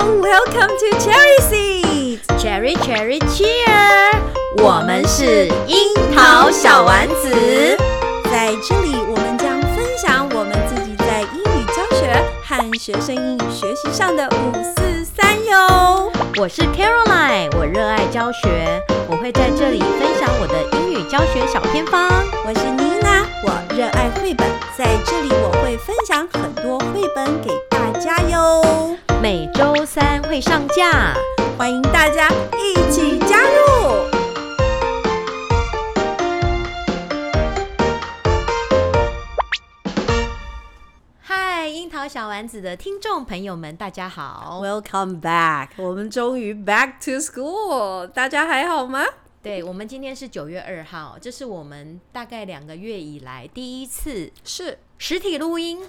Welcome to Cherry Seed， Cherry Cherry Cheer，我们是樱桃小丸子。在这里我们将分享我们自己在英语教学和学生英语学习上的五四三哟。我是 Caroline，我热爱教学，我会在这里分享我的英语教学小偏方。我是妮娜，我热爱绘本，在这里我会分享很多绘本给大家哟，每周三会上架。欢迎大家一起加入。嗨，樱桃小丸子的听众朋友们，大家好。 Welcome back，我们终于 back to school，大家还好吗？对我们今天是九月二号，这是我们大概两个月以来第一次是，实体录音。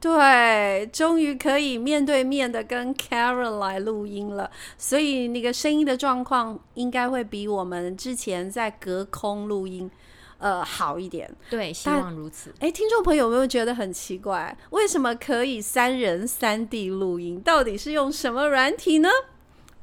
对，终于可以面对面的跟 Karen 来录音了，所以那个声音的状况应该会比我们之前在隔空录音，呃，好一点。对，希但望如此。哎，听众朋友有没有觉得很奇怪？为什么可以三人三地录音？到底是用什么软体呢？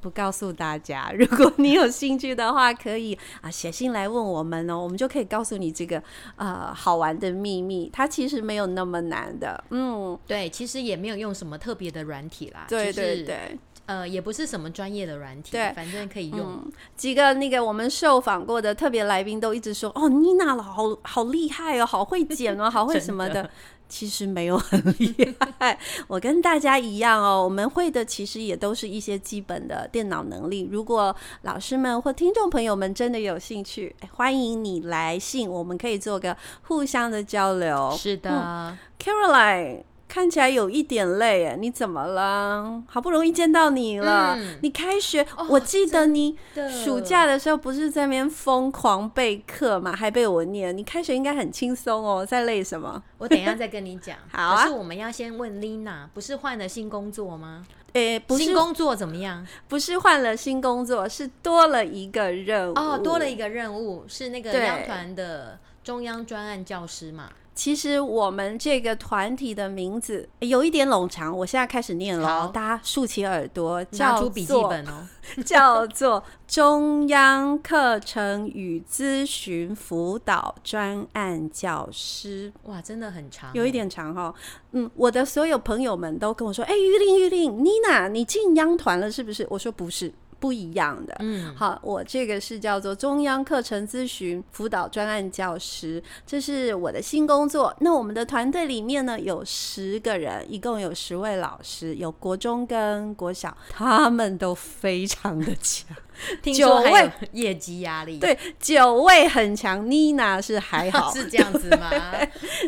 不告诉大家。如果你有兴趣的话，可以啊写信来问我们哦，我们就可以告诉你这个呃好玩的秘密。它其实没有那么难的，嗯，对，其实也没有用什么特别的软体啦，对对就是、对。呃，也不是什么专业的软体，对反正可以用。几个那个我们受访过的特别来宾都一直说，哦，妮娜老好好厉害哦，好会剪 哦，好会什么的。其实没有很厉害，我跟大家一样哦，我们会的其实也都是一些基本的电脑能力。如果老师们或听众朋友们真的有兴趣，哎欢迎你来信，我们可以做个互相的交流。是的， Caroline 看起来有一点累耶，你怎么了？好不容易见到你了，嗯你开学，哦我记得你真的暑假的时候不是在那边疯狂备课嘛，还被我念。你开学应该很轻松哦，在累什么？我等一下再跟你讲。好啊可是我们要先问 Lina，不是换了新工作吗？诶、不新是工作怎么样？不是换了新工作，是多了一个任务哦，多了一个任务，是那个对央团的中央专案教师嘛？其实我们这个团体的名字有一点冗长，我现在开始念好了，大家竖起耳 朵，拿叫出做笔记本哦。叫 做中央课程与咨询辅导专案教师，哇，真的很长，啊有一点长哦。嗯，我的所有朋友们都跟我说：“哎、玉令，玉令，妮娜，你进央团了是不是？”我说：“不是，不一样的。”嗯，好，我这个是叫做中央课程咨询辅导专案教师，这是我的新工作。那我们的团队里面呢，有十个人，一共有十位老师，有国中跟国小，他们都非常的强。 听九说还有位业绩压力，，啊对，九位很强，妮娜是还好 是这样子吗？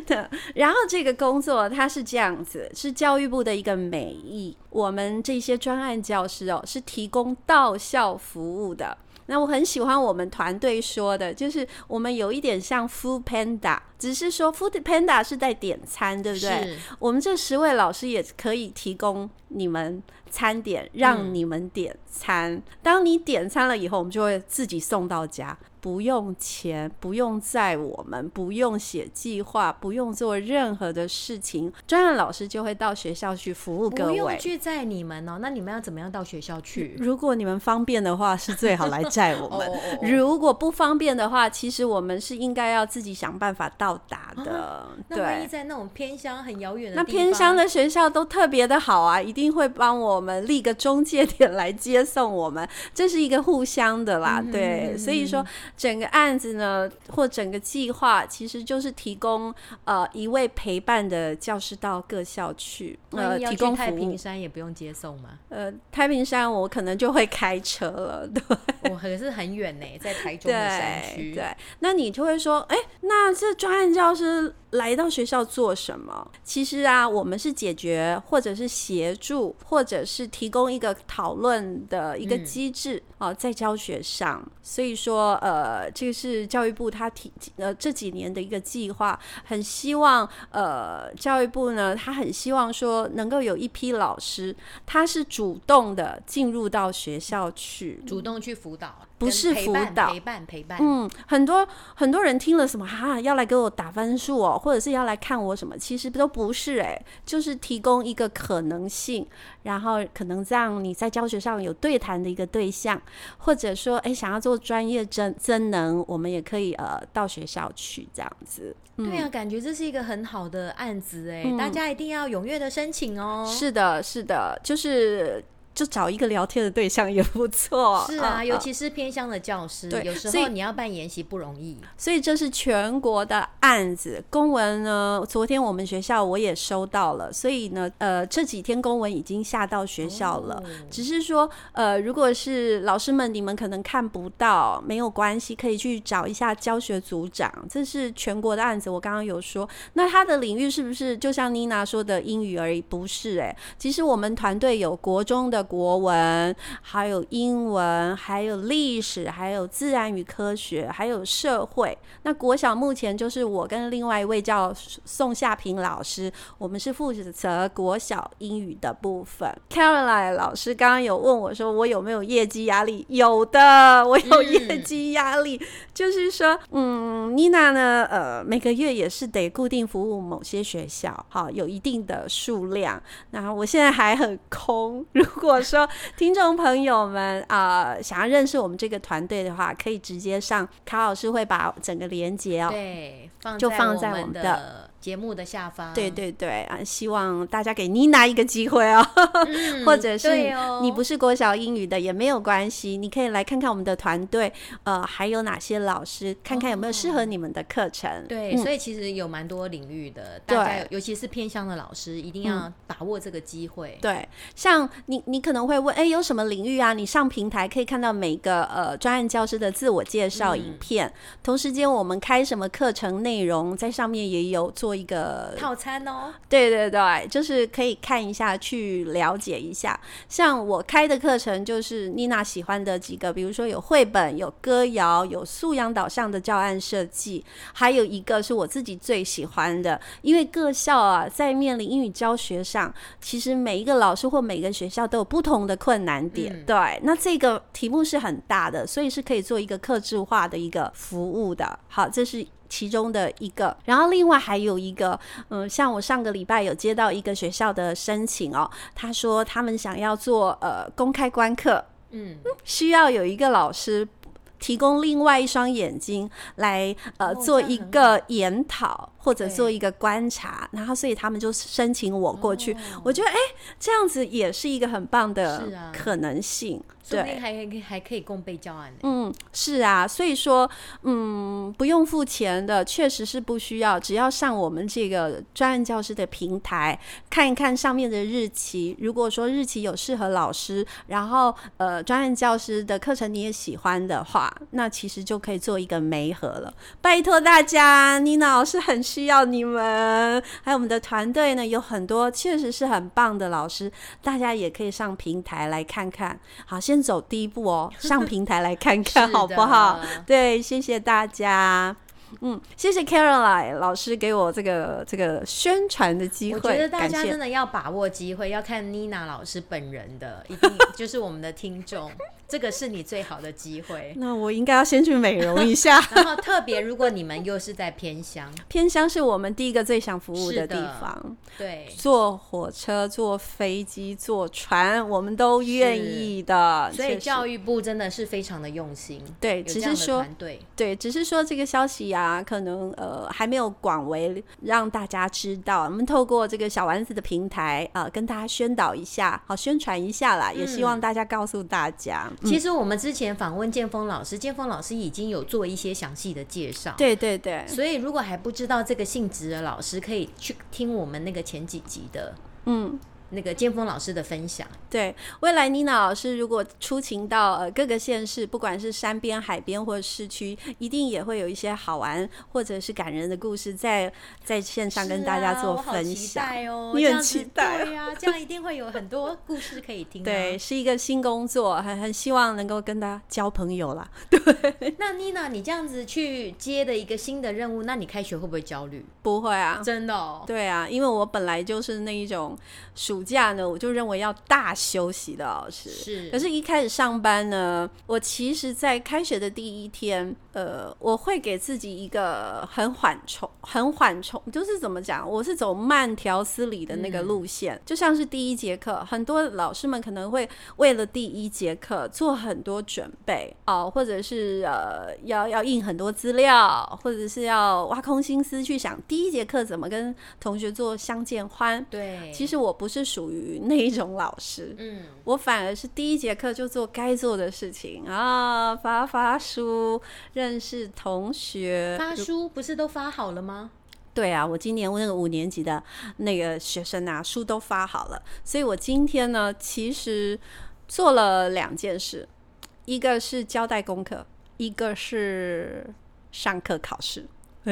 的。然后这个工作它是这样子，是教育部的一个美意。我们这些专案教师哦，是提供到校服务的。那我很喜欢我们团队说的，就是我们有一点像 Food Panda，只是说 Food Panda 是在点餐， 对不对？是，我们这十位老师也可以提供你们餐点，嗯让你们点餐。当你点餐了以后，我们就会自己送到家，不用钱，不用载我们，不用写计划，不用做任何的事情。专案老师就会到学校去服务各不用位。去载你们哦。那你们要怎么样到学校去？如果你们方便的话，是最好来载我们。哦哦哦如果不方便的话，其实我们是应该要自己想办法到达的。啊那对。万一在那种偏乡很遥远的那地方，偏乡的学校都特别的好啊，一定会帮我们立个中介 点来接送我们，这是一个互相的啦，嗯对。所以说，整个案子呢，或整个计划，其实就是提供呃一位陪伴的教师到各校去，万呃，哦一要提去供服太平务。山也不用接送吗？呃，太平山我可能就会开车了， 对。我可是很远呢，在台中对的山区。对，那你就会说，哎，那这专案教师来到学校做什么？其实啊，我们是解决，或者是协助，或者是提供一个讨论的一个嗯机制哦、在教学上。所以说，呃，这个是教育部他提呃这几年的一个计划，很希望呃教育部呢，他很希望说能够有一批老师，他是主动的进入到学校去，主动去辅导，不是陪辅伴导陪伴陪伴，嗯，很多很多人听了什么哈、要来给我打分数哦，或者是要来看我什么，其实都不是哎、就是提供一个可能性，然后可能让你在教学上有对谈的一个对象，或者说哎、想要做专业增增能，我们也可以呃到学校去这样子。嗯、对啊，感觉这是一个很好的案子哎、嗯大家一定要踊跃的申请哦。是的，是的，就是就找一个聊天的对象也不错。是啊，嗯尤嗯其是偏向的教师，对有时所以候你要办研习不容易。所以这是全国的案子。公文呢，昨天我们学校我也收到了，所以呢，呃，这几天公文已经下到学校了。哦只是说，呃，如果是老师们，你们可能看不到，没有关系，可以去找一下教学组长。这是全国的案子，我刚刚有说。那他的领域是不是就像妮娜说的英语而已？不是、欸，其实我们团队有国中的国文，还有英文，还有历史，还有自然与科学，还有社会。那国小目前就是我跟另外一位叫宋夏平老师，我们是负责国小英语的部分。Caroline 老师刚刚有问我说，我有没有业绩压力？有的， 我有嗯业绩压力，就是说，嗯，妮娜呢，呃，每个月也是得固定服务某些学校，好，有一定的数量。那我现在还很空。如果说听众朋友们啊、呃想要认识我们这个团队的话，可以直接上卡老师会把整个连接哦。对，放就放在我我们的节目的下方。对，对对啊，希望大家给妮娜一个机会哦，嗯或者是对哦你不是国小英语的也没有关系，你可以来看看我们的团队，呃，还有哪些老师，看看有没有适合你们的课程。对，嗯所以其实有蛮多领域的，大家有尤其是偏向的老师，一嗯定要把握这个机会。对，像你，你可能会问，哎，有什么领域啊？你上平台可以看到每个呃专案教师的自我介绍影片，同时间我们开什么课程内容，在上面也有做一个套餐哦，对对对，就是可以看一下，去了解一下。像我开的课程就是妮娜喜欢的几个，比如说有绘本、有歌谣、有素养导向的教案设计，还有一个是我自己最喜欢的，因为各校啊在面临英语教学上，其实每一个老师或每个学校都有不同的困难点。嗯对，那这个题目是很大的，所以是可以做一个克制化的一个服务的。好，这是。其中的一个，然后另外还有一个，嗯，像我上个礼拜有接到一个学校的申请哦，他说他们想要做呃公开观课，嗯，需要有一个老师提供另外一双眼睛来呃、哦做这样一很个研讨或者对做一个观察，然后所以他们就申请我过去，哦我觉得哎、这样子也是一个很棒的是啊可能性，说不定对。还可以还可以共备教案呢。嗯，是啊，所以说，嗯，不用付钱的，确实是不需要，只要上我们这个专案教师的平台看一看上面的日期，如果说日期有适合老师，然后呃，专案教师的课程你也喜欢的话，那其实就可以做一个媒合了。拜托大家，妮娜老师很需要你们，还有我们的团队呢，有很多确实是很棒的老师，大家也可以上平台来看看。好，先走第一步哦，上平台来看 看好不好？是的？对，谢谢大家。嗯，谢谢 Caroline 老师给我这个这个宣传的机我会，觉得大感家谢真的要把握机会，要看妮娜老师本人的，一定就是我们的听众， 这个是你最好的机会。那我应该要先去美容一下。然后特别，如果你们又是在偏乡， 偏乡是我们第一个最想服务是的地的方，对，坐火车、坐飞机、坐船，我们都愿意的。所以教育育部真的是非常的用心，对，有只是这样的说团队，对，只是说这个消息啊，可能呃还没有广为让大家知道。我们透过这个小丸子的平台啊、呃跟大家宣导一下，好宣传一下啦，也希望大家告诉大家。嗯嗯其实我们之前访问建峰老师，建峰老师已经有做一些详细的介绍。对对对，所以，如果还不知道这个性质的老师，可以去听我们那个前几集的嗯。那个建峰老师的分享。对，未来妮娜老师如果出勤到呃各个县市，不管是山边、海边或者市区，一定也会有一些好玩或者是感人的故事在在线上跟大家做分享。是啊我好期待你哦，这很样子期待对啊呀，这样一定会有很多故事可以听、啊。对，，是一个新工作，很很希望能够跟大家交朋友啦。那妮娜，你这样子去接的一个新的任务，那你开学会不会焦虑？不会啊，真的哦，对啊，因为我本来就是那一种属暑假呢，我就认为要大休息的老师。是可是，一开始上班呢，我其实，在开学的第一天，呃，我会给自己一个很缓冲、很缓冲，就是怎么讲，我是走慢条斯理的那个路线。就像是第一节课，很多老师们可能会为了第一节课做很多准备哦、或者是呃，要要印很多资料，或者是要挖空心思去想第一节课怎么跟同学做相见欢。对，其实实我不是属于那一种老师，嗯，我反而是第一节课就做该做的事情啊，发发书，认识同学。发书不是都发好 了吗？对啊，我今年那个五年级的那个学生啊，书都发好了，所以我今天呢，其实做了两件事，一个是交代功课，一个是上课考试。我哦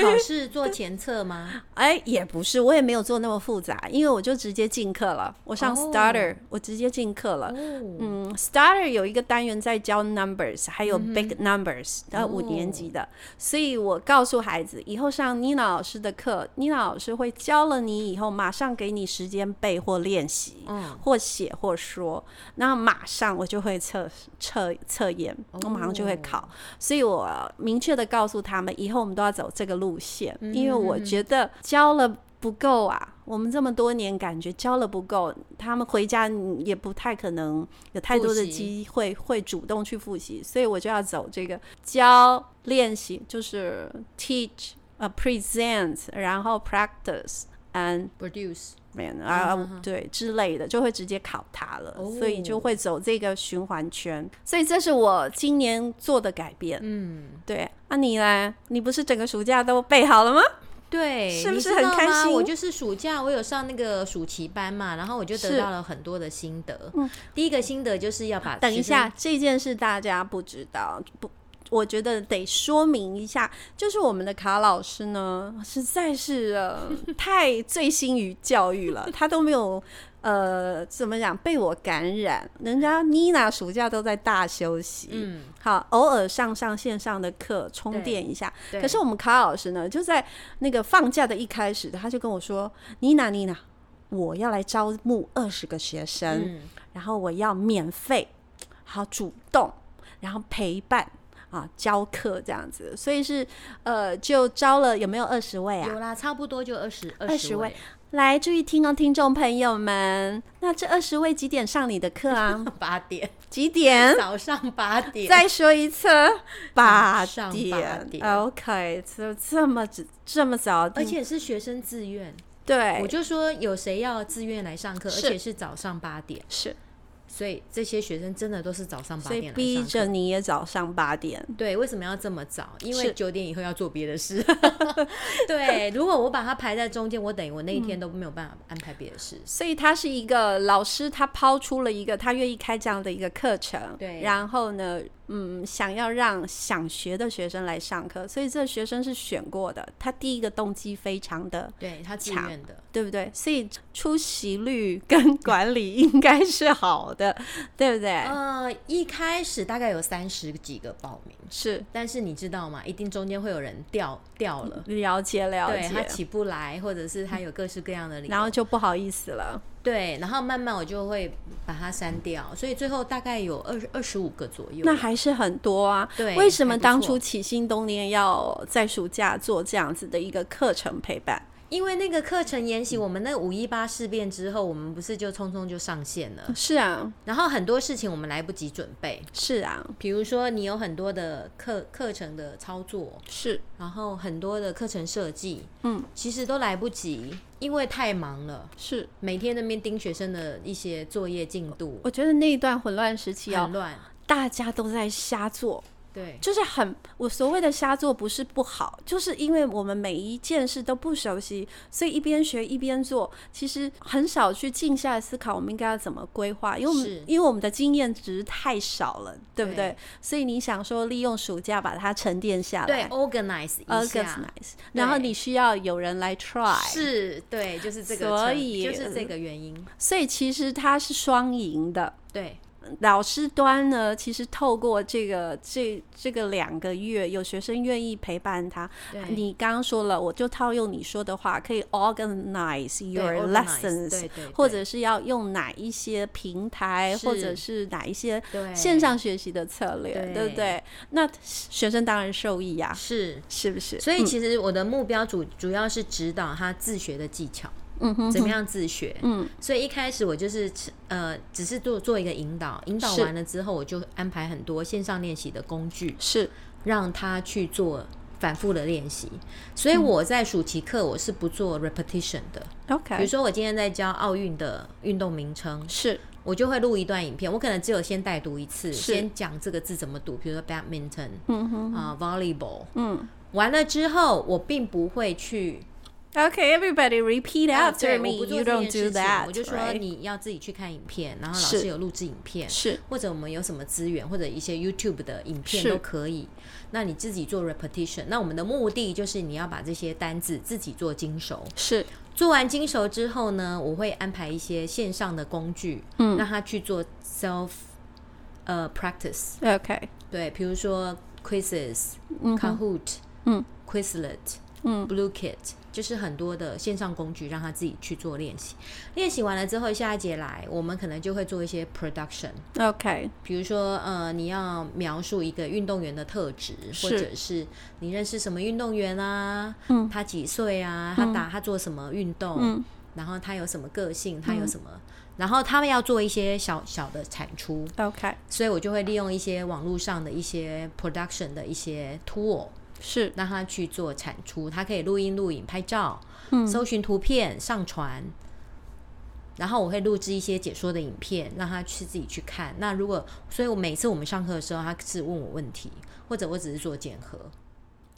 考试做前测吗？哎，也不是，我也没有做那么复杂，因为我就直接进课了。我上哦 starter，、我直接进课了。哦，嗯，starter 有一个单元在教 numbers，还有 big numbers，然后五年级的，所以我告诉孩子，以后上妮娜老师的课，妮娜老师会教了你以后，马上给你时间背或练习，嗯，或写或说，那马上我就会测测测验，我马上就会考，所以我明确的告诉他们，以后我们都要走这个路线，因为我觉得教了不够啊，我们这么多年感觉教了不够，他们回家也不太可能有太多的复习机会会主动去复习，所以我就要走这个教练习，就是 teach 呃 present，然后 practice and produce，面啊，对之类的，就会直接考它了，嗯哦所以就会走这个循环圈。所以这是我今年做的改变。嗯，对，那、你嘞？你不是整个暑假都备好了吗？对，是不你是知道很开吗心我就是暑假我有上那个暑期班嘛，然后我就得是到了很多的心得。第一个心得就是要把嗯等一学生下，这件事大家不知道，不，我觉得得说明一下，就是我们的卡老师呢，实在是、呃、太醉心于教育了，他都没有。呃，怎么讲？被我感染，人家妮娜暑假都在大休息，嗯，好，偶尔上上线上的课充电一下。对可是我们卡老师呢，就在那个放假的一开始，他就跟我说：“妮娜，妮娜，我要来招募二十个学生，嗯，然后我要免费，好主动，然后陪伴啊，教课这样子。所以是呃，就招了有没有二十位啊？有啦，差不多就二十二20位位，来，注意听哦，听众朋友们，那这二十位几点上你的课 啊？八点，几点？早上八点，再说一次，八上八点点 o k 这这么早这么早，而且是学生自愿。我对，就说有谁要自愿来上课，而哎是且是早上八点，是，所以这些学生真的都是早上八所以点来逼上课。着你也早上八点，对，为什么要这么早？因为是九点以后要做别 的事。对，如果我把它排在中间，我等于我那一天都没有办法安排别的事。所以他是一个老师，他抛出了一个他愿意开这样的一个课程，对然后呢，嗯，想要让想学的学生来上课，所以这学生是选过的，他第一个动机非常的。对他自强愿的，对不对？所以出席率跟管理应该是好的， 对不对？呃，一开始大概有三十几个报名，是但是你知道吗？一定中间会有人掉掉了，了解了对解。他起不来，或者是他有各式各样的理由然。后就不好意思了。对，然后慢慢我就会把它删掉，所以最后大概有二二十五个左右。那还是很多啊。对为什么还不当初错起心动念要在暑假做这样子的一个课程陪伴？因为那个课程研习，我们那五一八事变之后，我们不是就匆匆就上线了，是啊，然后很多事情我们来不及准备，是啊，比如说你有很多的课课程的操作，是然后很多的课程设计，嗯，其实都来不及，因为太忙了，是。每天那边盯学生的一些作业进度，我觉得那一段混乱时期很哦，乱，大家都在瞎做，对，就是很我所谓的瞎做不是不好，就是因为我们每一件事都不熟悉，所以一边学一边做，其实很少去静下来思考我们应该要怎么规划，因为我是们因为我们的经验值太少了，对不对？对所以你想说利用暑假把它沉淀下对来。 ，organize 一下。 organize，然后你需要有人来 try，是对，就是这个成，所以就是这个原因。所以其实它是双赢的。对，老师端呢，其实透过这个这这个两个月，有学生愿意陪伴他。对你刚刚说了，我就套用你说的话，可以 organize 对 your organize， lessons，对对对或者是要用哪一些平台，是或者是哪一些对线上学习的策略，对对不对？那学生当然受益呀、是。是不是？所以其实我的目标主主要是指导他自学的技巧，嗯哼，怎么样自学。嗯，所以一开始我就是呃，只是做做一个引导，引导是完了之后，我就安排很多线上练习的工具，是让他去做反复的练习。嗯所以我在暑期课我是不做 repetition 的，比 OK，如说我今天在教奥运的运动名称，是我就会录一段影片，我可能只有先带读一次，是先讲这个字怎么读，比如说 badminton 嗯哼啊、volleyball。嗯。完了之后，我并不会去 Okay, everybody repeat 啊 after 对 me. 我不做 You 这件 don't do 事情 that. 我就说 right? 你要自己去看影片，然后老是师有录制影片，是或者我们有什么资源，或者一些 YouTube 的影片是都可以。那你自己做 repetition，那我们的目的就是你要把这些单字自己做精熟。是做完精熟之后呢，我会安排一些线上的工具，嗯，让他去做 self 呃 practice， OK，对，比如说 quizzes、嗯 Kahoot、嗯 Quizlet、嗯 Blue Kit，就是很多的线上工具，让他自己去做练习。练习完了之后，下一节来，我们可能就会做一些 production， OK，比如说，呃，你要描述一个运动员的特质，是或者是你认识什么运动员啊？嗯他几岁啊？他打、他做什么运动？嗯然后他有什么个性？他有什么？然后他们要做一些小小的产出， OK，所以我就会利用一些网络上的一些 production 的一些 tool，是让他去做产出，他可以录音、录影、拍照，嗯搜寻图片、上传。然后我会录制一些解说的影片，让他去自己去看。那如果，所以我每次我们上课的时候，他是问我问题，或者我只是做检核。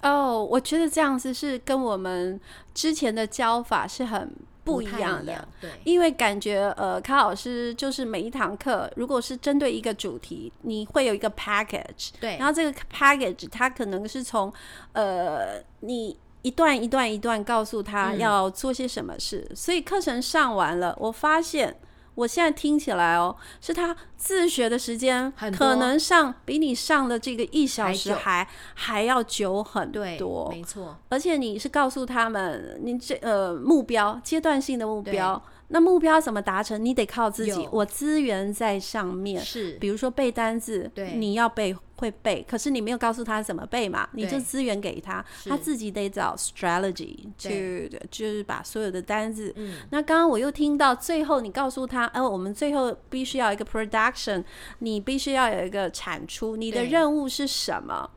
哦我觉得这样子是跟我们之前的教法是很不一太样样的。，对，因为感觉呃，卡老师就是每一堂课，如果是针对一个主题，你会有一个 package，对然后这个 package 它可能是从呃你。一段一段一段告诉他嗯要做些什么事，所以课程上完了，我发现我现在听起来哦，是他自学的时间很多可能上比你上的这个一小还时久还还要久很对，多，没错，而且你是告诉他们，你这呃目标阶段性的目标，那目标怎么达成？你得靠自己有。我资源在上面，是比如说背单字，对你要背会背，可是你没有告诉他怎么背嘛，你对就资源给他，是他自己得找 strategy 对去就是把所有的单字。嗯那刚刚我又听到最后你告诉他，呃，我们最后必须要一个 production，你必须要有一个产出，你的对任务是什么？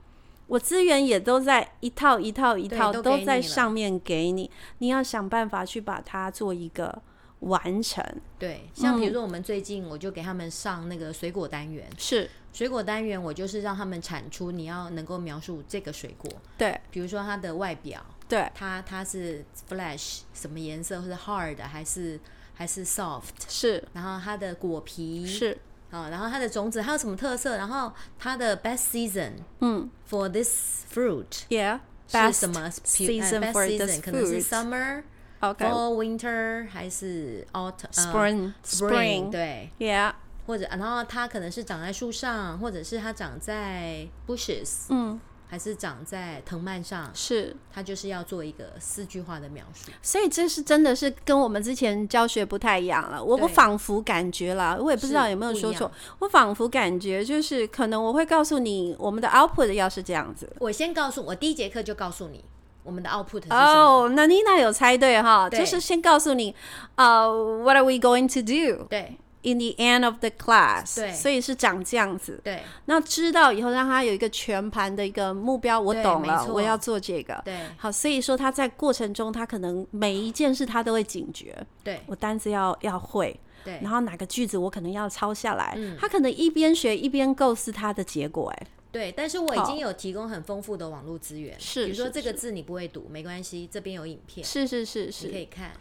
我资源也都在一套一套一对套都给都你在了上面给你，你要想办法去把它做一个完成。嗯对。像比如说，我们最近我就给他们上那个水果单元，是水果单元我就是让他们产出，你要能够描述这个水果，对比如说它的外表，对它它是 flash 什么颜色，或者 hard 还是还是 soft，是然后它的果皮是啊、然后它的种子它有什么特色，然后它的 best season 嗯 for this fruit ，Yeah，是 best 什么呃 uh, season best for this season 可能是 fruit summer、 OK，spring fall winter 还是 autumn、spring spring 对， Yeah，或者然后它可能是长在树上，或者是它长在 bushes，嗯还是长在藤蔓上，是。它就是要做一个四句话的描述。所以这是真的是跟我们之前教学不太一样了。我对我仿佛感觉啦，我也不知道是有没有不一说样错，我仿佛感觉就是可能我会告诉你我们的 output 要是这样子。我先告诉我第一节课就告诉你我们的 output 是什么。哦，那妮娜有猜对哈，对就是先告诉你，呃、w h a t are we going to do 对 in the end of the class？对所以是长这样子。对那知道以后，让他有一个全盘的一个目标，我对懂没了，错我要做这个。对好，所以说他在过程中，他可能每一件事他都会警觉，对我单词要要会，对然后哪个句子我可能要抄下来，嗯他可能一边学一边构思他的结果、哎，对，但是我已好经有提供很丰富的网络资源，是比如说是这个是字你不会读没关系，这边有影片是是是你可是，以看。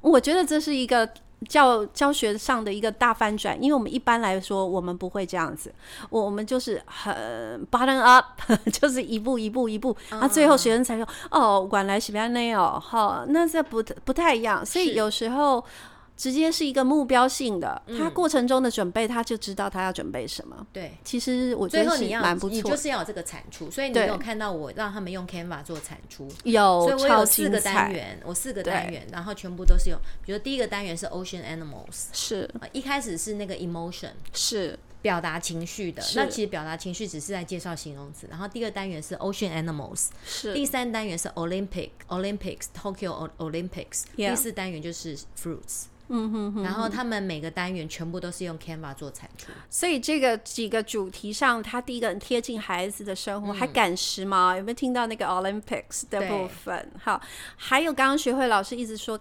我觉得这是一个。教教学上的一个大翻转，因为我们一般来说我们不会这样子，我我们就是很 bottom up，就是 一步一步一步，嗯那、最后学生才说哦，原来是这样哦，好，那这不不太一样，所以是有时候直接是一个目标性的，嗯他过程中的准备，他就知道他要准备什么。对，其实我觉最得后是你要蛮不你错的，就是要有这个产出，所以你对有看到我让他们用 Canva 做产出，所以有我哦超有四精个单彩，元，我四个对单元，然后全部都是用，比如第一个单元是 Ocean Animals，是呃一开始是那个 emotion 是表达情绪的，是那其实表达情绪只是在介绍形容词，然后第二单元是 Ocean Animals，第是三单元是 Olympic Olympics Tokyo O- Olympics， Yeah 第四单元就是 Fruits，嗯哼然后他们每个单元全部都是用 Canva 做产出，所以这个几个主题上，他第一个很贴近孩子的生活，还赶时髦。有没有听到那个 Olympics 的嗯对部分？好，还有刚刚学会老师一直说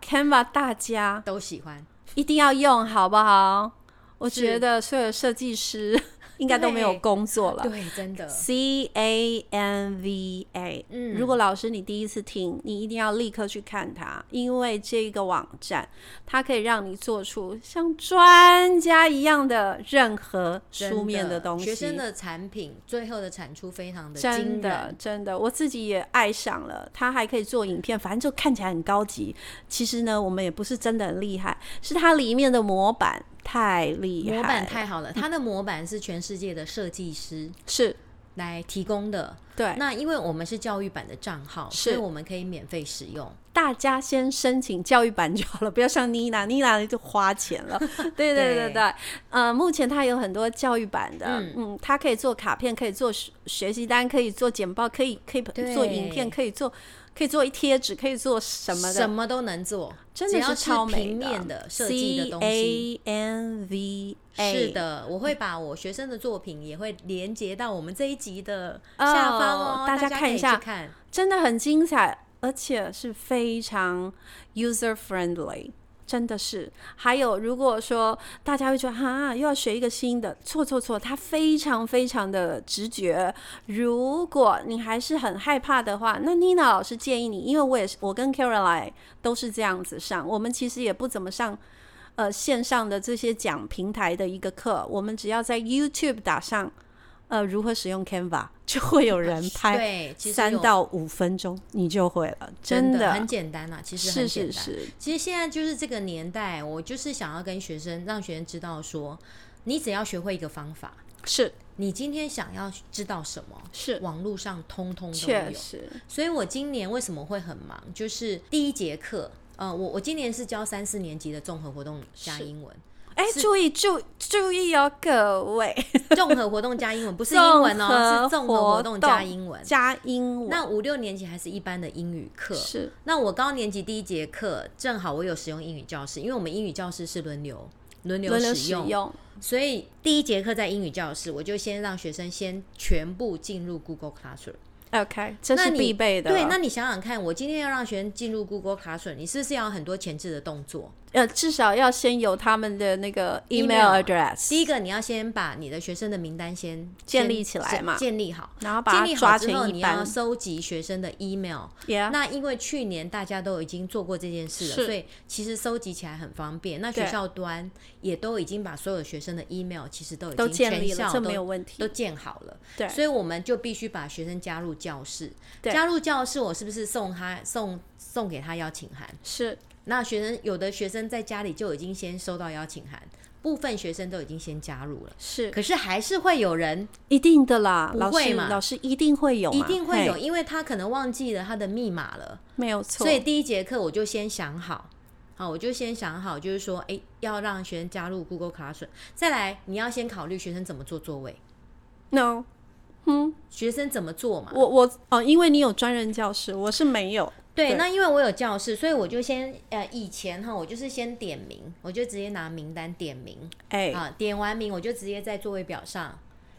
Canva，Canva 大家都喜欢。一定要用，好不好？我是觉得所有设计师应该都没有对工作了。对，真的， C A N V A。嗯，如果老师你第一次听，你一定要立刻去看它，因为这个网站它可以让你做出像专家一样的任何真书面的东西。学生的产品最后的产出非常的真惊的人，真的，我自己也爱上了。它还可以做影片，反正就看起来很高级。其实呢，我们也不是真的很厉害，是它里面的模板太厉害了，模板太好了，它的模板是全世界的设计师是来提供的。对。那因为我们是教育版的账号，是所以我们可以免费使用。大家先申请教育版就好了，不要像妮娜，妮娜就花钱 了。对对对对对，呃，目前它有很多教育版的，嗯嗯它可以做卡片，可以做学学习单，可以做简报，可以可以对做影片，可以做可以做一贴纸，可以做什么的，什么都能做，真的只要是超美平面的设 C 计的东西。 A 嗯 N V A 是，的，我会把我学生的作品也会连接到我们这一集的下方哦哦，大大家看可以一下去看。真的很精彩，而且是非常 user friendly。真的是，还有如果说大家会觉得哈又要学一个新的，错错错，它非常非常的直觉。如果你还是很害怕的话，那 Nina 老师建议你，因为我也是，我跟 Caroline 都是这样子上，我们其实也不怎么上。呃，线上的这些讲平台的一个课，我们只要在 YouTube 打上，呃，如何使用 Canva，就会有人拍对，其实三有到五分钟你就会了，真的很简单啦，其实很是简是单。是，其实现在就是这个年代，我就是想要跟学生，让学生知道说，你只要学会一个方法，是你今天想要知道什么，是网络上通通都确有。实所以我今年为什么会很忙？就是第一节课，呃，我我今年是教三四年级的综合活动加英 文，哎，注意注注意哦，各位，综合活动加英文不是英文哦，是综合活动加英文。加英文，那五六年级还是一般的英语课，是那我高年级第一节课正好我有使用英语教室，因为我们英语教室是轮流轮流轮流使使用，用，所以第一节课在英语教室，我就先让学生先全部进入 Google Classroom。 OK，这那是你必备的了。对，那你想想看，我今天要让学生进入 Google Classroom，你是不是要有很多前置的动作？呃，至少要先有他们的那个 email Email address，第一个，你要先把你的学生的名单先建立起来嘛先建立好。然后建把它立抓好之后，成你一啊要班。收集学生的 email。 Yeah，那因为去年大家都已经做过这件事了，是所以其实收集起来很方便。那对学校端也都已经把所有学生的 email 其实都已都经建立全了，校这都没有问题都。建好了。对所以我们就必须把学生加入教室。对加入教室，我是不是送他送送给他邀请函？是那学生有的学生在家里就已经先收到邀请函，部分学生都已经先加入了。是，可是还是会有人一定的啦，不老会师嘛老师一定会有嘛，一定会哦有，嘿，因为他可能忘记了他的密码了，没有错。所以第一节课我就先想好，好，我就先想好，就是说，诶，要让学生加入 Google Classroom，再来你要先考虑学生怎么做座位， No，学生怎么做嘛，我我哦，因为你有专任教师，我是没有。对，对那因为我有教室，所以我就先呃，以前哈，我就是先点名，我就直接拿名单点名哎、啊，点完名我就直接在座位表上，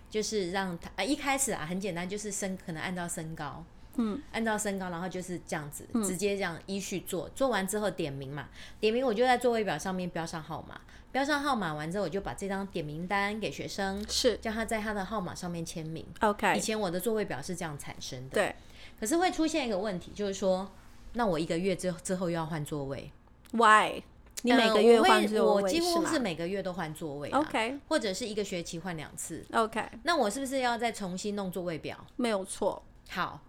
就是让他啊，一开始啊很简单，就是身可能按照身高，嗯，按照身高，然后就是这样嗯子，直接这样依序做，做完之后点名嘛，点名我就在座位表上面标上号码，标上号码完之后，我就把这张点名单给学生，是叫他在他的号码上面签名。以 OK，前我的座位表是这样产生的。对可是会出现一个问题，就是说，那我一个月之之后又要换座位， ，Why？你每个月呃我会换座我位几乎吗每个月都换座位啊、 ？OK 或者是一个学期换两次。 OK，那我是不是要再重新弄座位表？没有错。好，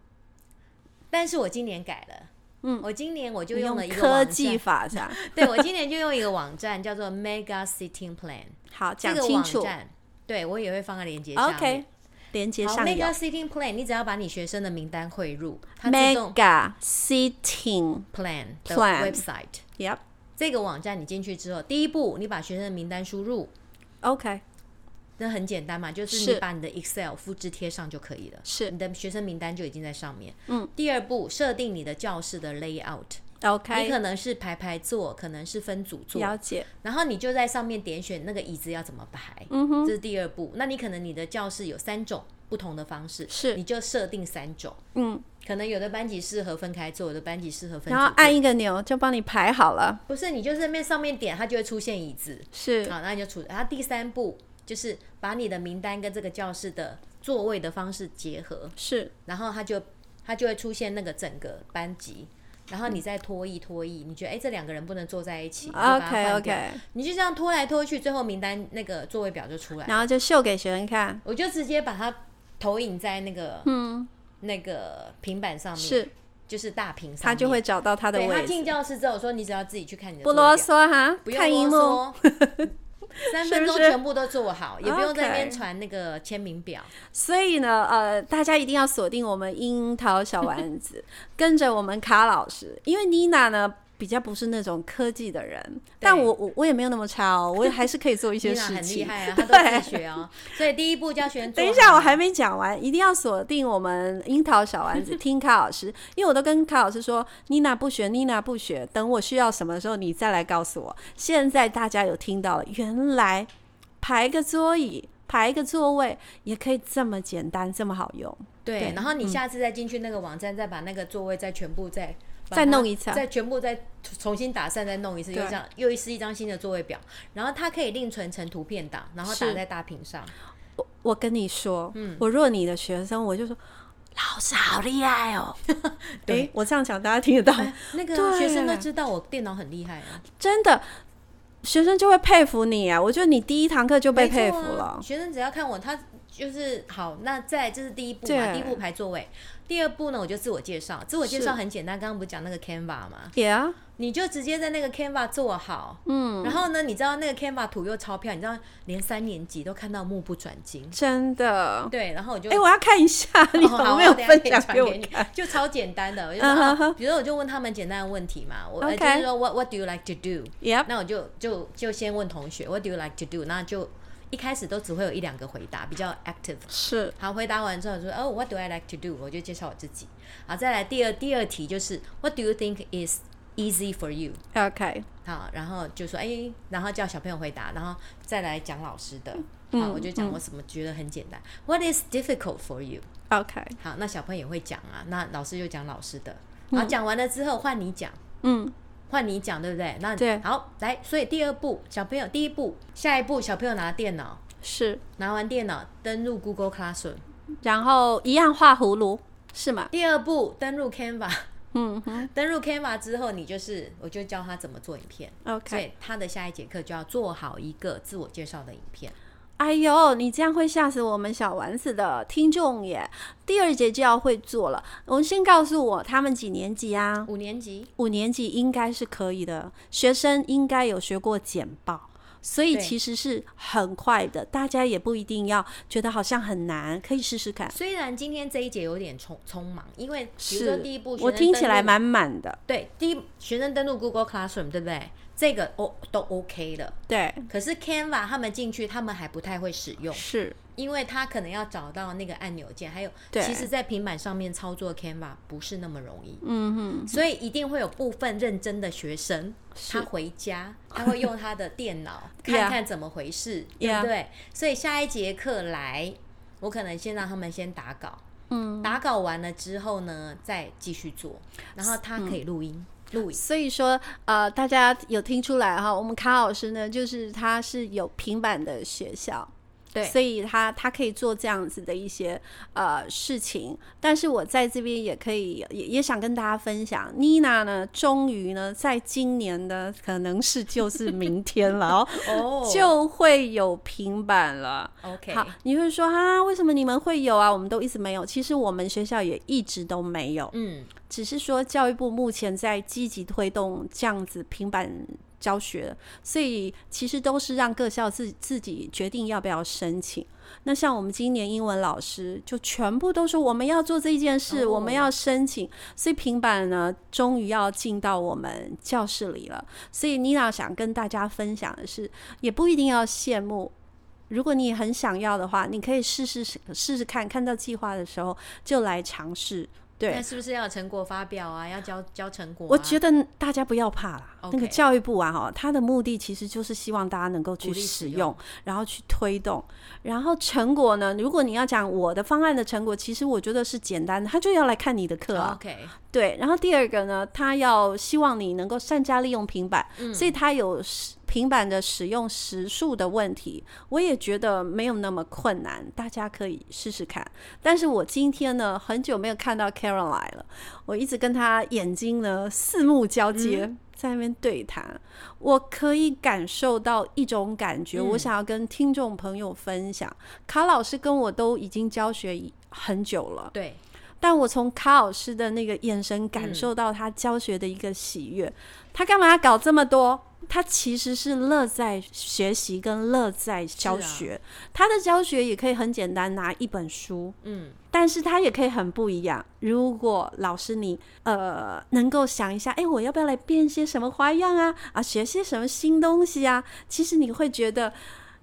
但是我今年改了，嗯，我今年我就你用用了一个科网技站，法噻。对我今年就用一个网站叫做 Mega Sitting Plan，好， 这讲个清网楚。站，对我也会放在链接上面。 OK，连接好上有，Mega Sitting Plan，你只要把你学生的名单汇入，它自动 Mega Sitting。 Plan 的 Plan website。 Yep。这个网站你进去之后，第一步你把学生的名单输入， OK，那很简单嘛，就是是你把你的 Excel 复制贴上就可以了。是你的学生名单就已经在上面。嗯，第二步设定你的教室的 layout，你 OK，可能是排排坐，可能是分组坐，了解。然后你就在上面点选那个椅子要怎么排，嗯哼，这是第二步。那你可能你的教室有三种不同的方式，是你就设定三种，嗯，可能有的班级适合分开坐，有的班级适合分然组后坐。按一个钮就帮你排好了。不是，你就在那边上面点，它就会出现椅子。是好，那你就处。然后第三步就是把你的名单跟这个教室的座位的方式结合，是，然后它就它就会出现那个整个班级。然后你再拖一拖一，你觉得哎，这两个人不能坐在一起你就把它 OK，换掉 OK 你就这样拖来拖去，最后名单那个座位表就出来了。然后就秀给学生看。我就直接把它投影在那个嗯，那个平板上面，是，就是大屏上面。他就会找到他的对他位置。进教室之后说，你只要自己去看你的不座位表啰嗦哈，不用看荧幕。啰 嗦三分钟全部都做好，也不用在那边传那个签名表。所以呢，呃，大家一定要锁定我们樱桃小丸 子，跟着我们卡老师，因为妮娜呢。比较不是那种科技的人，但我我我也没有那么差哦，我也还是可以做一些伊娜事情。很厉害啊，她都自学哦。所以第一步教学 生做等好一下，我还没讲完，一定要锁定我们樱桃小丸 子听卡老师，因为我都跟卡老师说，妮娜不学，妮娜不学，等我需要什么的时候你再来告诉我。现在大家有听到了，原来排个桌椅、排个座位也可以这么简单，这么好用。对对，然后你下次再进去那个网站，再把那个座位再全部再。把再它弄一次啊再全部再重新打散，再弄一次，又对这样又是一张新的座位表，然后它可以另存成图片档，然后打是在大屏上。我我跟你说，嗯我若你的学生，我就说老师好厉害哦。 对诶、我这样讲大家听得到吗？哎那个对学生都知道我电脑很厉害啊，真的，学生就会佩服你啊！我觉得你第一堂课就被佩服没错了。啊学生只要看我，他就是好。那再这是第一步嘛，对第一步排座位。第二步呢，我就自我介绍。自我介绍是很简单，刚刚不是讲那个 Canva 吗？ Yeah，你就直接在那个 Canva 做好。嗯，然后呢，你知道那个 Canva 图又钞票，你知道连三年级都看到目不转睛。真的。对，然后我就哎、我要看一下， 你哦怎好，么没有我等一下分可以享传给我你看？，就超简单的。我就说，嗯哼啊哼比如我就问他们简单的问题嘛，我呃 OK 就是说 What What do you like to do？ Yep 那我就就就先问同学 What do you like to do？那就一开始都只会有一两个回答，比较 active。是好，回答完之后说哦、w h a t do I like to do？我就介绍我自己。好，再来第二第二题就是 What do you think is easy for you？ OK，好，然后就说哎、然后叫小朋友回答，然后再来讲老师的。好，嗯我就讲我什么觉得很简单。What is difficult for you？ OK，好，那小朋友也会讲啊，那老师就讲老师的。好，讲完了之后换你讲，嗯，换你讲，对不对？那对好，来，所以第二步，小朋友第一步，下一步小朋友拿电脑，是。拿完电脑登入 Google Classroom，然后一样画葫芦，是吗？第二步登入 Canva，嗯哼登入 Canva 之后，你就是我就教他怎么做影片。所嗯，OK。以他的下一节课就要做好一个自我介绍的影片。哎呦，你这样会吓死我们小丸子的听众耶！第二节就要会做了，我们先告诉我他们几年级啊？五年级，五年级应该是可以的，学生应该有学过简报，所以对其实是很快的，大家也不一定要觉得好像很难，可以试试看。虽然今天这一节有点匆匆忙，因为比如说第一步，我听起来满满的，对，第一学生登录 Google Classroom，对不对？这个哦都 OK 的。对，可是 Canva 他们进去，他们还不太会使用，是因为他可能要找到那个按钮键，还有对其实，在平板上面操作 Canva 不是那么容易。嗯哼，所以一定会有部分认真的学生，是他回家他会用他的 电脑 Yeah 看看怎么回事对不 Yeah 对？所以下一节课来，我可能先让他们先打稿，嗯，打稿完了之后呢，再继续做，然后他可以录音，录、音。所以说呃，大家有听出来哈，我们卡老师呢，就是他是有平板的学校，对所以他他可以做这样子的一些呃事情。但是我在这边也可以也也想跟大家分享，妮娜呢，终于呢，在今年的可能是就是明天了 哦， 哦就会有平板了。 OK，好，你会说啊，为什么你们会有啊？我们都一直没有。其实我们学校也一直都没有，嗯，只是说教育部目前在积极推动这样子平板教学，所以其实都是让各校自自己决定要不要申请。那像我们今年英文老师就全部都说我们要做这件事，哦我们要申请，所以平板呢终于要进到我们教室里了。所以妮娜想跟大家分享的是，也不一定要羡慕。如果你很想要的话，你可以试试试试看，看到计划的时候就来尝试。对，那是不是要有成果发表啊？要交交成果、啊？我觉得大家不要怕啦 OK 那个教育部啊，哈，它的目的其实就是希望大家能够去鼓励使使用，然后去推动，然后成果呢，如果你要讲我的方案的成果，其实我觉得是简单的，他就要来看你的课啊。 OK，对，然后第二个呢，他要希望你能够善加利用平板，所以他有时平板的使用时数的问题，我也觉得没有那么困难，大家可以试试看。但是我今天呢，很久没有看到 Karen 来了，我一直跟他眼睛呢四目交接。在那边对谈，我可以感受到一种感觉，我想要跟听众朋友分享。卡老师跟我都已经教学一很久了，对，但我从卡老师的那个眼神感受到他教学的一个喜悦。他干嘛搞这么多？他其实是乐在学习跟乐在教学。他的教学也可以很简单，拿一本书，嗯，但是他也可以很不一样。如果老师你呃能够想一下，哎，我要不要来变些什么花样啊？啊，学些什么新东西啊？其实你会觉得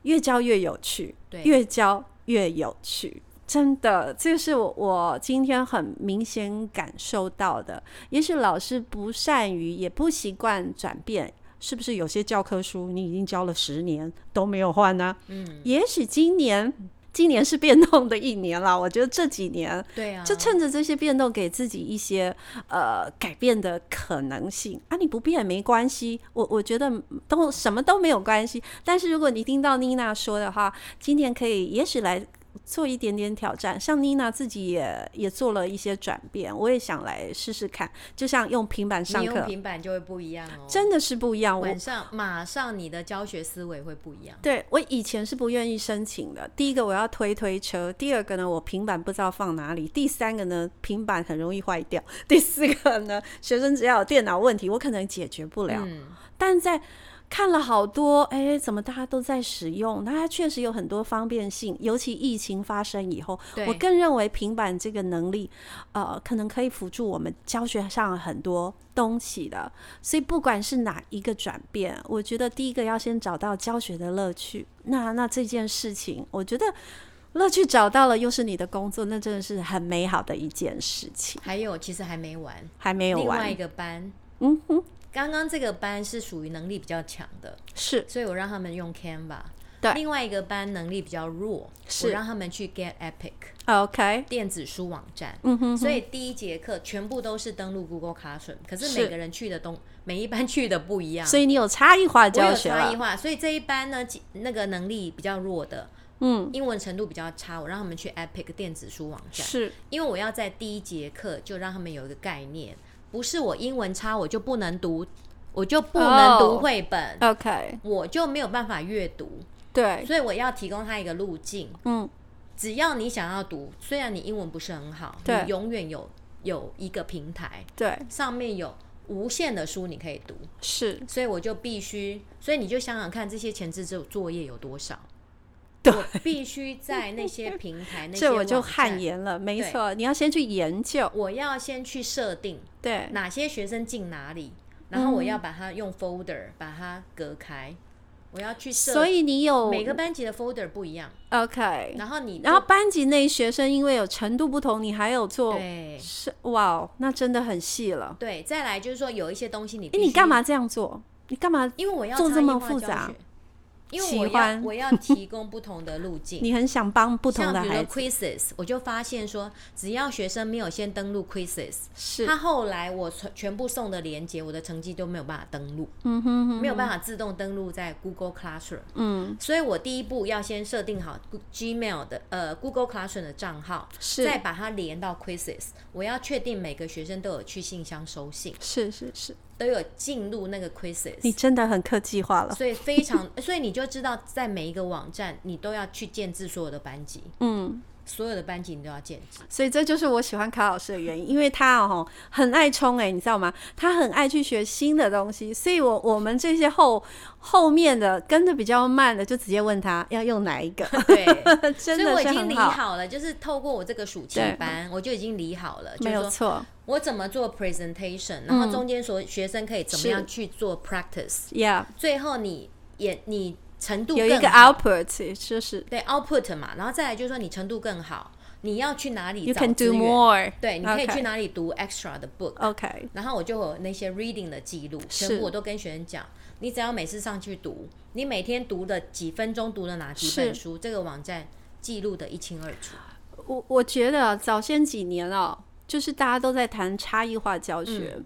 越教越有趣。对，越教越有趣。真的，这是我我今天很明显感受到的。也许老师不善于，也不习惯转变，是不是有些教科书你已经教了十年都没有换呢、嗯，也许今年，今年是变动的一年啦。我觉得这几年对啊，就趁着这些变动，给自己一些呃改变的可能性啊！你不变也没关系，我我觉得都什么都没有关系。但是如果你听到妮娜说的话，今年可以也许来做一点点挑战。像妮娜自己也也做了一些转变，我也想来试试看。就像用平板上你用课，平板就会不一样哦。真的是不一样。我晚上马上你的教学思维会不一样。对我以前是不愿意申请的。第一个我要推推车，第二个呢我平板不知道放哪里，第三个呢平板很容易坏掉， 第四个呢学生只要有电脑问题，我可能解决不了。嗯，但在看了好多，哎，怎么大家都在使用？那它确实有很多方便性，尤其疫情发生以后，对我更认为平板这个能力，呃，可能可以辅助我们教学上很多东西的。所以不管是哪一个转变，我觉得第一个要先找到教学的乐趣。那那这件事情，我觉得乐趣找到了，又是你的工作，那真的是很美好的一件事情。还有其实还没完，还没有另外一完，个班，嗯哼，刚刚这个班是属于能力比较强的，是所以我让他们用 Canva。对另外一个班能力比较弱，是我让他们去 Get Epic OK，电子书网站。嗯哼。所以第一节课全部都是登录 Google Classroom，可是是每个人去的东，每一班去的不一样，所以你有差异化啊我教有学差异了，化。所以这一班呢，几那个能力比较弱的，嗯，英文程度比较差，我让他们去 Epic 电子书网站，是因为我要在第一节课就让他们有一个概念，不是我英文差我就不能读，我就不能读哦绘本 OK，我就没有办法阅读，对，所以我要提供他一个路径。嗯，只要你想要读，虽然你英文不是很好，对你永远有有一个平台，对，上面有无限的书你可以读，是，所以我就必须，所以你就想想看这些前置作作业有多少，对我必须在那些平台那些这我就网站汗，颜了，没错，你要先去研究，我要先去设定对，哪些学生进哪里，嗯然后我要把它用 folder 把它隔开，我要去设，所以你有每个班级的 folder 不一样， OK，然后你然后班级内学生因为有程度不同，你还有做对是哇哦，那真的很细了。对，再来就是说有一些东西你哎，必须你干嘛这样做？你干嘛？因为我要做差这异么化复教杂学因为喜我要欢我要提供不同的路径。你很想帮不同像的比如孩说子， quizzes，我就发现说，只要学生没有先登录 quizzes，是他后来我全全部送的连接，我的成绩都没有办法登录，嗯哼哼，没有办法自动登录在 Google Classroom。嗯所以我第一步要先设定好 Gmail 的呃 Google Classroom 的账号，是再把它连到 Quizzes。我要确定每个学生都有去信箱收信，是是是，都有进入那个你 Quizzes。真的很客气化了，所以非常， 所以你就知道，在每一个网站，你都要去建制所有的班级，嗯，所有的班级你都要建制。所以这就是我喜欢卡老师的原因，因为他哦很爱冲哎、你知道吗？他很爱去学新的东西，所以我我们这些后后面的跟的比较慢的，就直接问他要用哪一 个，对，所真以我的已是经很理好，好了，就是透过我这个暑期对班，我就已经理好了，就没是有说错嗯我怎么做 presentation，然后中间所学生可以怎么是样去做 practice， ，Yeah，最后你也你程度有一更个好 output 也就是对 output 嘛，然后再来就是说你程度更好，你要去哪里 you 找 can 资 do 源 more，对，你可以 OK 去哪里读 extra 的 book，、 OK，然后我就有那些 reading 的记录，是全部我都跟学生讲，你只要每次上去读，你每天读的几分钟读了哪几本是书，这个网站记录的一清二楚。我我觉得啊早先几年哦，就是大家都在谈差异化教学。嗯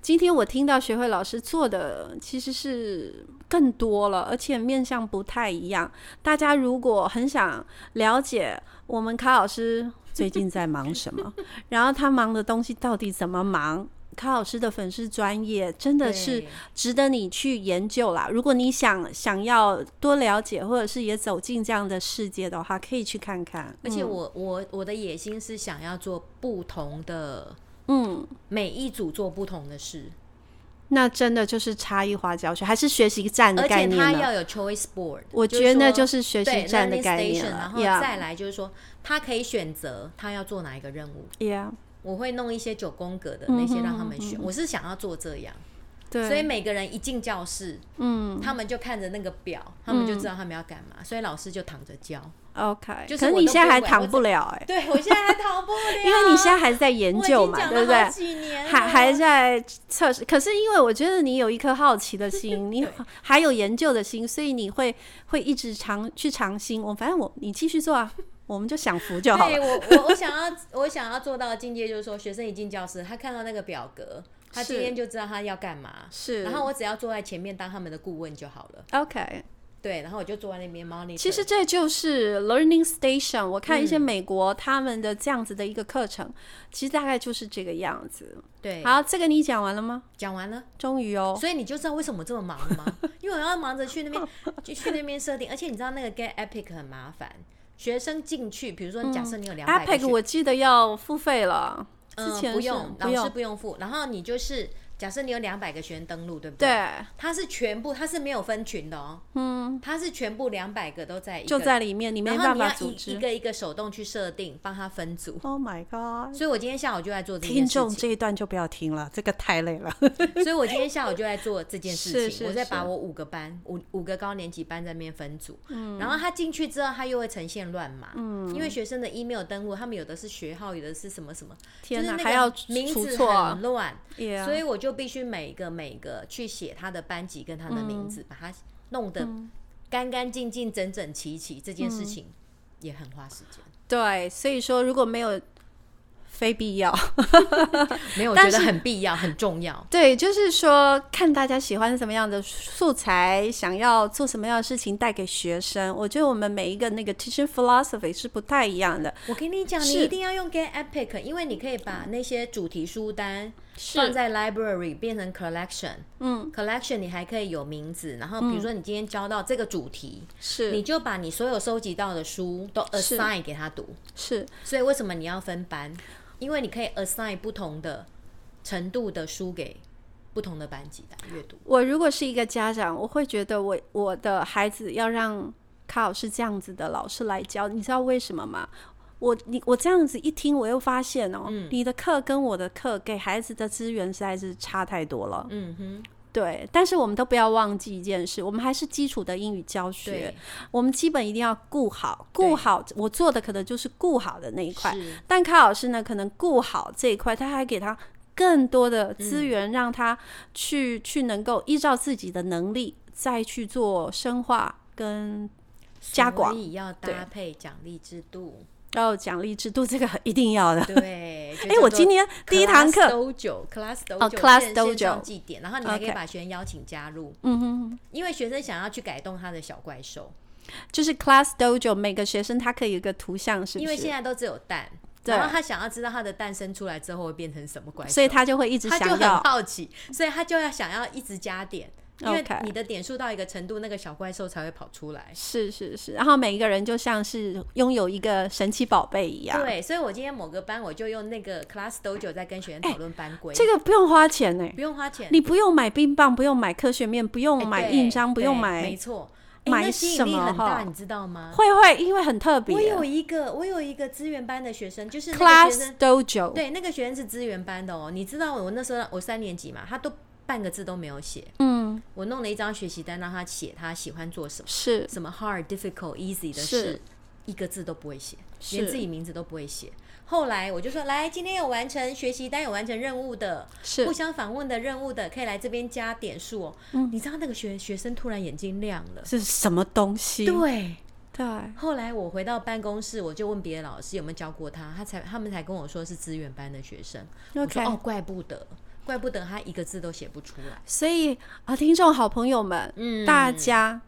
今天我听到学会老师做的其实是更多了，而且面向不太一样。大家如果很想了解我们卡老师最近在忙什 么，然后他忙的东西到底怎么忙，卡老师的粉丝专业真的是对值得你去研究啦。如果你想想要多了解，或者是也走进这样的世界的话，可以去看看。而且我、我我的野心是想要做不同的，嗯，每一组做不同的事，那真的就是差异化教学，还是学习站的而概且它念呢？要有 choice board，我就是觉得那说就是学习对站的 learning 概念啊 station，了然后再来就是说，他可以选择他要做哪一个任务。 ，Yeah，我会弄一些九宫格的那些让他们选，嗯哼我是想要做这样，对，所以每个人一进教室，嗯他们就看着那个表，他们就知道他们要干嘛，所以老师就躺着教。 ，OK，就是可我你都现在不还管躺我啊不了哎、对我现在还逃不了，因为你现在还在研究嘛，对不对？几年了还还在测试，可是因为我觉得你有一颗好奇的 心，你还有研究的心，所以你会会一直尝去尝新。我反正我你继续做啊，我们就享福就好对了。我我我想要 我想要做到的境界就是说，学生一进教室，他看到那个表格，他是今天就知道他要干嘛，是，然后我只要坐在前面当他们的顾问就好了。 OK，对，然后我就坐在那边 monitor。其实这就是 Learning Station。我看一嗯些美国他们的这样子的一个课程，其实大概就是这个样子。对，好，这个你讲完了吗？讲完了，终于哦，所以你就知道为什么我这么忙了吗？ 因为我要忙着去那边，就去那边设定，而且你知道那个 Get Epic 很麻烦，学生进去，比如说假设你有两百 a 个 p 学 e 我记得要付费了，之嗯，前不是用，不老师用，不用付，然后你就是假设你有两百个学生登录，对不？对，它是全部，它是没有分群的哦，嗯，它是全部两百个都在一个，就在里面，你没然后办你法要组一一织。个一个手动去设定，帮他分组。 Oh my god！所以我今天下午就在做这件听事情众。这一段就不要听了，这个太累了。 所以我今天下午就在做这件事是情，是我在把是我五个班五五个高年级班在那边分组，嗯然后他进去之后，他又会呈现乱码，因为学生的 email 登录，他们有的是学号，有的是什么什么，天就是哪，那个还要名出字错啊很乱， ，Yeah，所以我就必须每一个每一个去写他的班级跟他的名嗯字，把它弄得干干净净、整整齐齐，这件事嗯情也很花时 间，对，所以说如果没有非必要，没有我但觉得很必要、很重要。对，就是说看大家喜欢什么样的素材，想要做什么样的事情带给学生。我觉得我们每一个那个 teaching philosophy 是不太一样的，我跟你讲，你是一定要用 Get Epic，因为你可以把那些主题书单。放是在 library 变成 collection，嗯，collection 你还可以有名字，然后比如说你今天教到这个主题，你是就把你所有收集到的书都是 assign 给他读。是，所以为什么你要分班？因为你可以 assign 不同的程度的书给不同的班级来阅读。我如果是一个家长，我会觉得我我的孩子要让卡老师这样子的老师来教，你知道为什么吗？我你我这样子一听，我又发现哦，你的课跟我的课给孩子的资源实在是差太多了。嗯哼，对，但是我们都不要忘记一件事，我们还是基础的英语教学对，，我们基本一定要顾好，顾好。我做的可能就是顾好的那一块，是但卡老师呢，可能顾好这一块，他还给他更多的资源，嗯让他去、去能够依照自己的能力再去做深化跟加所广，以要对搭配奖励制 度。要哦奖励制度，这个一定要的。对，哎、我今天第一堂课，都九 class 都哦九，class 线上 dojo 祭典，然后你还可以 OK 把学生邀请加入，嗯哼，因为学生想要去改动他的小怪兽，就是 Class Dojo，每个学生他可以有一个图像，是不因为现是？在都只有蛋，对然后他想要知道他的蛋生出来之后会变成什么怪兽，所以他就会一直他就想很要。好奇，所以他就要想要一直加点，因为 OK 你的点数到一个程度，那个小怪兽才会跑出来。是是是，然后每一个人就像是拥有一个神奇宝贝一样。，对，所以我今天某个班我就用那个 Class Dojo 在跟学生讨论班规，哎这个不用花钱呢、不用花钱，你不用买冰棒，不用买科学面，不用哎买对印章，不用对买没。错，哎买那吸什引力么很大，哈你知道吗？会会，因为很特别。我有一个，我有一个资源班的学生，就是那个学啊 Class 生， Dojo，对，那个学生是资源班的哦。你知道我那时候我三年级嘛，他都半个字都没有写，嗯，我弄了一张学习单让他写他喜欢做什么，是什么 hard、difficult、easy 的是事，一个字都不会写，是连自己名字都不会写。后来我就说，来，今天有完成学习单、有完成任务的，是互，相访问的任务的，可以来这边加点数哦。嗯你知道那个学学生突然眼睛亮了，是什么东西？对。对，后来我回到办公室，我就问别的老师有没有教过他，他才他们才跟我说是资源班的学生。我说 OK 哦，怪不得，怪不得他一个字都写不出来。所以啊，听众好朋友们，嗯大家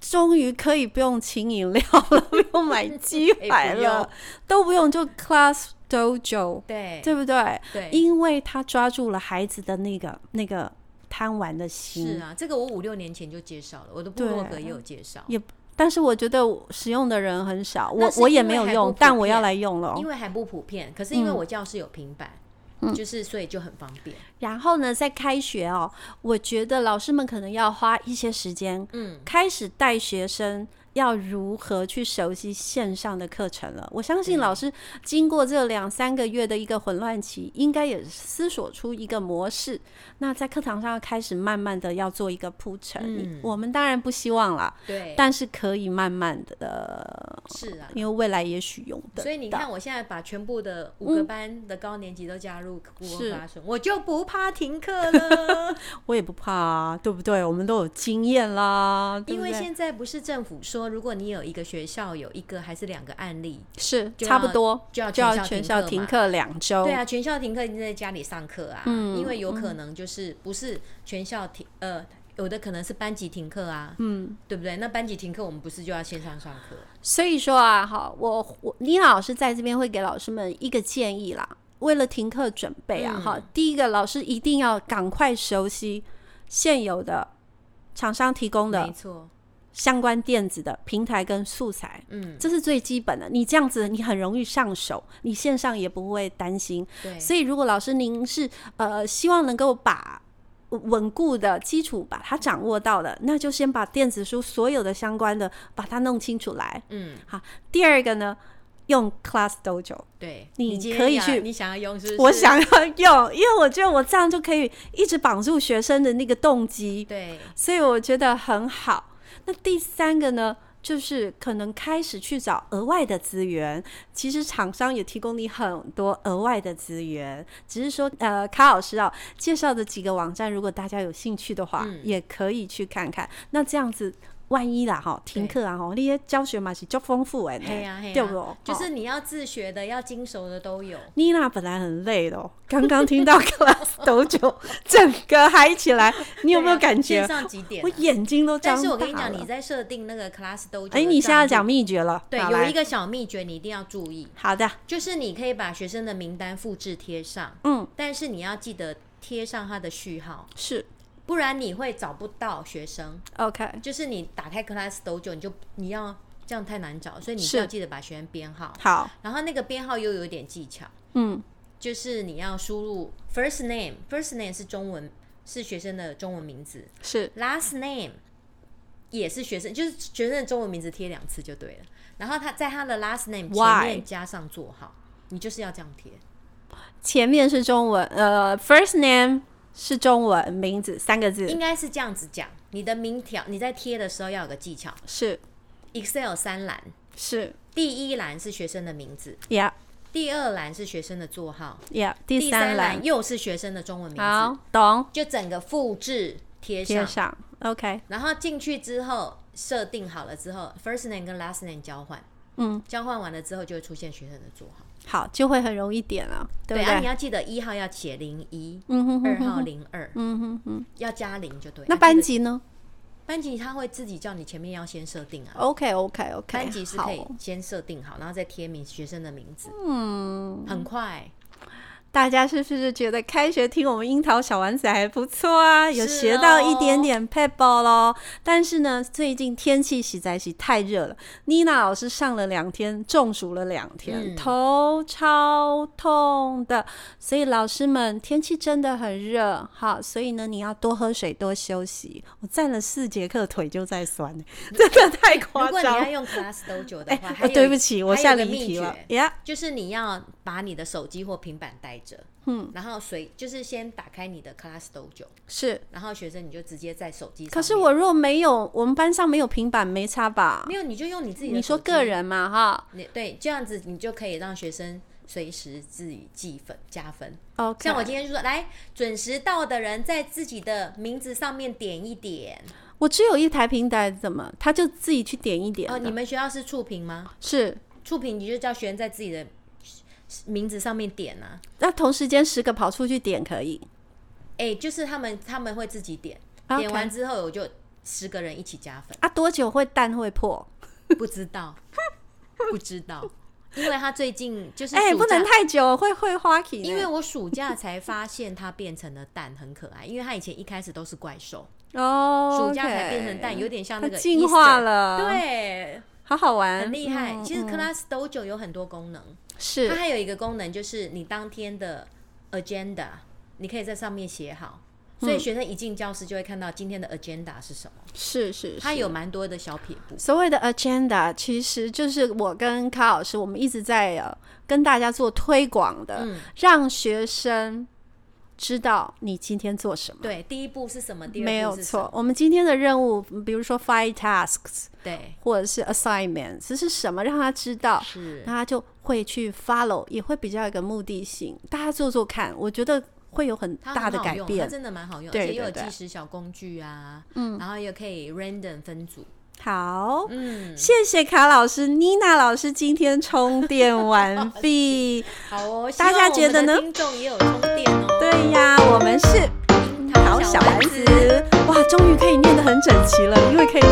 终于可以不用请饮料了，不用买鸡哎排不了，用都不用，就 Class Dojo，对对不对？对因为他抓住了孩子的那个那个贪玩的心，是啊，这个我五六年前就介绍了，我的部落格也有介绍，也。但是我觉得使用的人很少，那我是我也因为没有还不用普，但我要遍来用了哦。嗯因为还不普遍。可是因为我教室有平板，就是所以就很方便。然后呢，在开学哦，我觉得老师们可能要花一些时间，嗯，开始带学生要如何去熟悉线上的课程了。我相信老师经过这两三个月的一个混乱期，应该也思索出一个模式。那在课堂上开始慢慢的要做一个铺陈，嗯我们当然不希望啦，对，但是可以慢慢的，是啊。因为未来也许用的。嗯所以你看，我现在把全部的五个班的高年级都加入 Google 是 Classroom，我就不怕停课了。我也不怕啊，对不对？我们都有经验啦，对因不为对现在不是政府说，如果你有一个学校有一个还是两个案例，是就差不要多，就要就全要校全停校课停嘛课两周。对啊，全校停课一定在家里上课啊，嗯因为有可能就是不是全校停，呃，有的可能是班级停课啊，嗯，对不对？那班级停课，我们不是就要线上上课？所以说啊，哈，我我妮娜老师在这边会给老师们一个建议啦，为了停课准备嗯啊，哈、第一个老师一定要赶快熟悉现有的厂商提供没的错，相关电子的平台跟素材。嗯，这是最基本的，你这样子你很容易上手，你线上也不会担心。对，所以，如果老师您是呃希望能够把稳固的基础把它掌握到的，那就先把电子书所有的相关的把它弄清楚来。嗯，好，第二个呢，用 Class Dojo，对，你今可天以要去你想要用是不我是想要用，因为我觉得我这样就可以一直绑住学生的那个动机，对，所以我觉得很好。那第三个呢？就是可能开始去找额外的资源，其实厂商也提供你很多额外的资源，只是说呃，卡老师啊介绍的几个网站，如果大家有兴趣的话，嗯也可以去看看。那这样子，万一啦哈，停课啊哈，那些教学嘛是较丰富哎、嘿呀嘿对呀不哦？就是你要自学的，要精熟的都有。妮娜本来很累的、哦，刚刚听到 Class 斗酒，整个嗨起来，你有没有对啊感觉线？上几点我啊？眼睛都张大了。但是我跟你讲，你在设定那个 class 都哎，你现在讲秘诀了，对，好有来一个小秘诀你一定要注意，好的，就是你可以把学生的名单复制贴上，嗯，但是你要记得贴上他的序号，是不然你会找不到学生。 OK，就是你打开 class dojo，你就你要这样太难找，所以你是要记得把学生编号，好，然后那个编号又有一点技巧，嗯，就是你要输入 first name，first name 是中文是学生的中文名字是，last name。也是学生，就是学生的中文名字贴两次就对了。然后他在他的 last name 前 Why？面加上座号，你就是要这样贴。前面是中文，呃，first name 是中文名字三个字应，该是这样子讲，你的名条你在贴的时候要有个技巧是，Excel 三栏，是第一栏是学生的名字， ，Yeah 第二栏是学生的座号， Yeah，第第三三栏栏，又是学生的中文名字，好，懂，就整个复制贴贴上，上，OK，然后进去之后设定好了之后，first name 跟 last name 交换，嗯，交换完了之后就会出现学生的座号。好，就会很容易点啊，对不啊，你对？要记得一号要写零一，嗯哼二哼号哼，零二，嗯哼哼。要加零就对。那啊班记得级呢班级他会自己叫你前面要先设定啊， ？OK OK 哦 OK，班级是可以好哦先设定好，然后再贴名学生的名字，嗯，很快。大家是不是觉得开学听我们樱桃小丸子还不错啊？有是学到一哦点点 p e b b l 咯。但是呢，最近天气实在是太热了，妮娜老师上了两天，中暑了两天，嗯头超痛的。所以老师们，天气真的很热，好，所以呢，你要多喝水，多休息。我站了四节课，腿就在酸了， 真的太如夸果你张要了。用 Class Dojo 的哎、话，啊还有对一不起，我还有下一个离秘题了诀呀。就是你要把你的手机或平板带着，嗯，然后随就是先打开你的 Class Dojo，是，然后学生你就直接在手机上面。可是我若没有，我们班上没有平板，没差吧？没有，你就用你自己的你说手机啊个，人嘛，哈你对这样子你就可以让学生随时自己记分加分。 ，OK，像我今天就说，来准时到的人在自己的名字上面点一点。我只有一台平板，怎么他就自己去点一点哦，呢？你们学校是触屏吗？是，触屏你就叫学生在自己的名字上面点啊。那同时间十个跑出去点可以，哎，就是他们他们会自己点 OK 点完之后我就十个人一起加分 。啊，多久会蛋会破？不知道，不知道，因为他最近就是哎、暑不假能太久，会会花期呢。因为我暑假才发现它变成了蛋，很可爱。因为它以前一开始都是怪兽，哦，暑假才变成蛋，有点像那它个进 Easter 化了对，好好玩，很厉害。嗯其实嗯 Class Dojo 有很多功能，它是还有一个功能就是你当天的 agenda，你可以在上面写好。嗯所以学生一进教室就会看到今天的 agenda 是什么，是是，它是有蛮多的小撇步。所谓的 agenda，其实就是我跟卡老师，我们一直在、呃、跟大家做推广的，嗯让学生知道你今天做什么。对，第一步是什么？第没二有步是什么错，我们今天的任务，比如说 five tasks 对，或者是 assignment，这是什么？让他知道，是那他就会去 follow，也会比较有一个目的性。大家做做看，我觉得会有很它大的很好改用它变。真的蛮好用，对而且又有对对计时小工具啊，嗯，然后又可以 random 分组，好，嗯，谢谢卡老师、妮娜老师今天充电 完毕。好哦，大家觉得呢希望我们的听众也有充电哦，对呀，我们是樱桃小丸子，哇，终于可以念得很整齐了，因为可以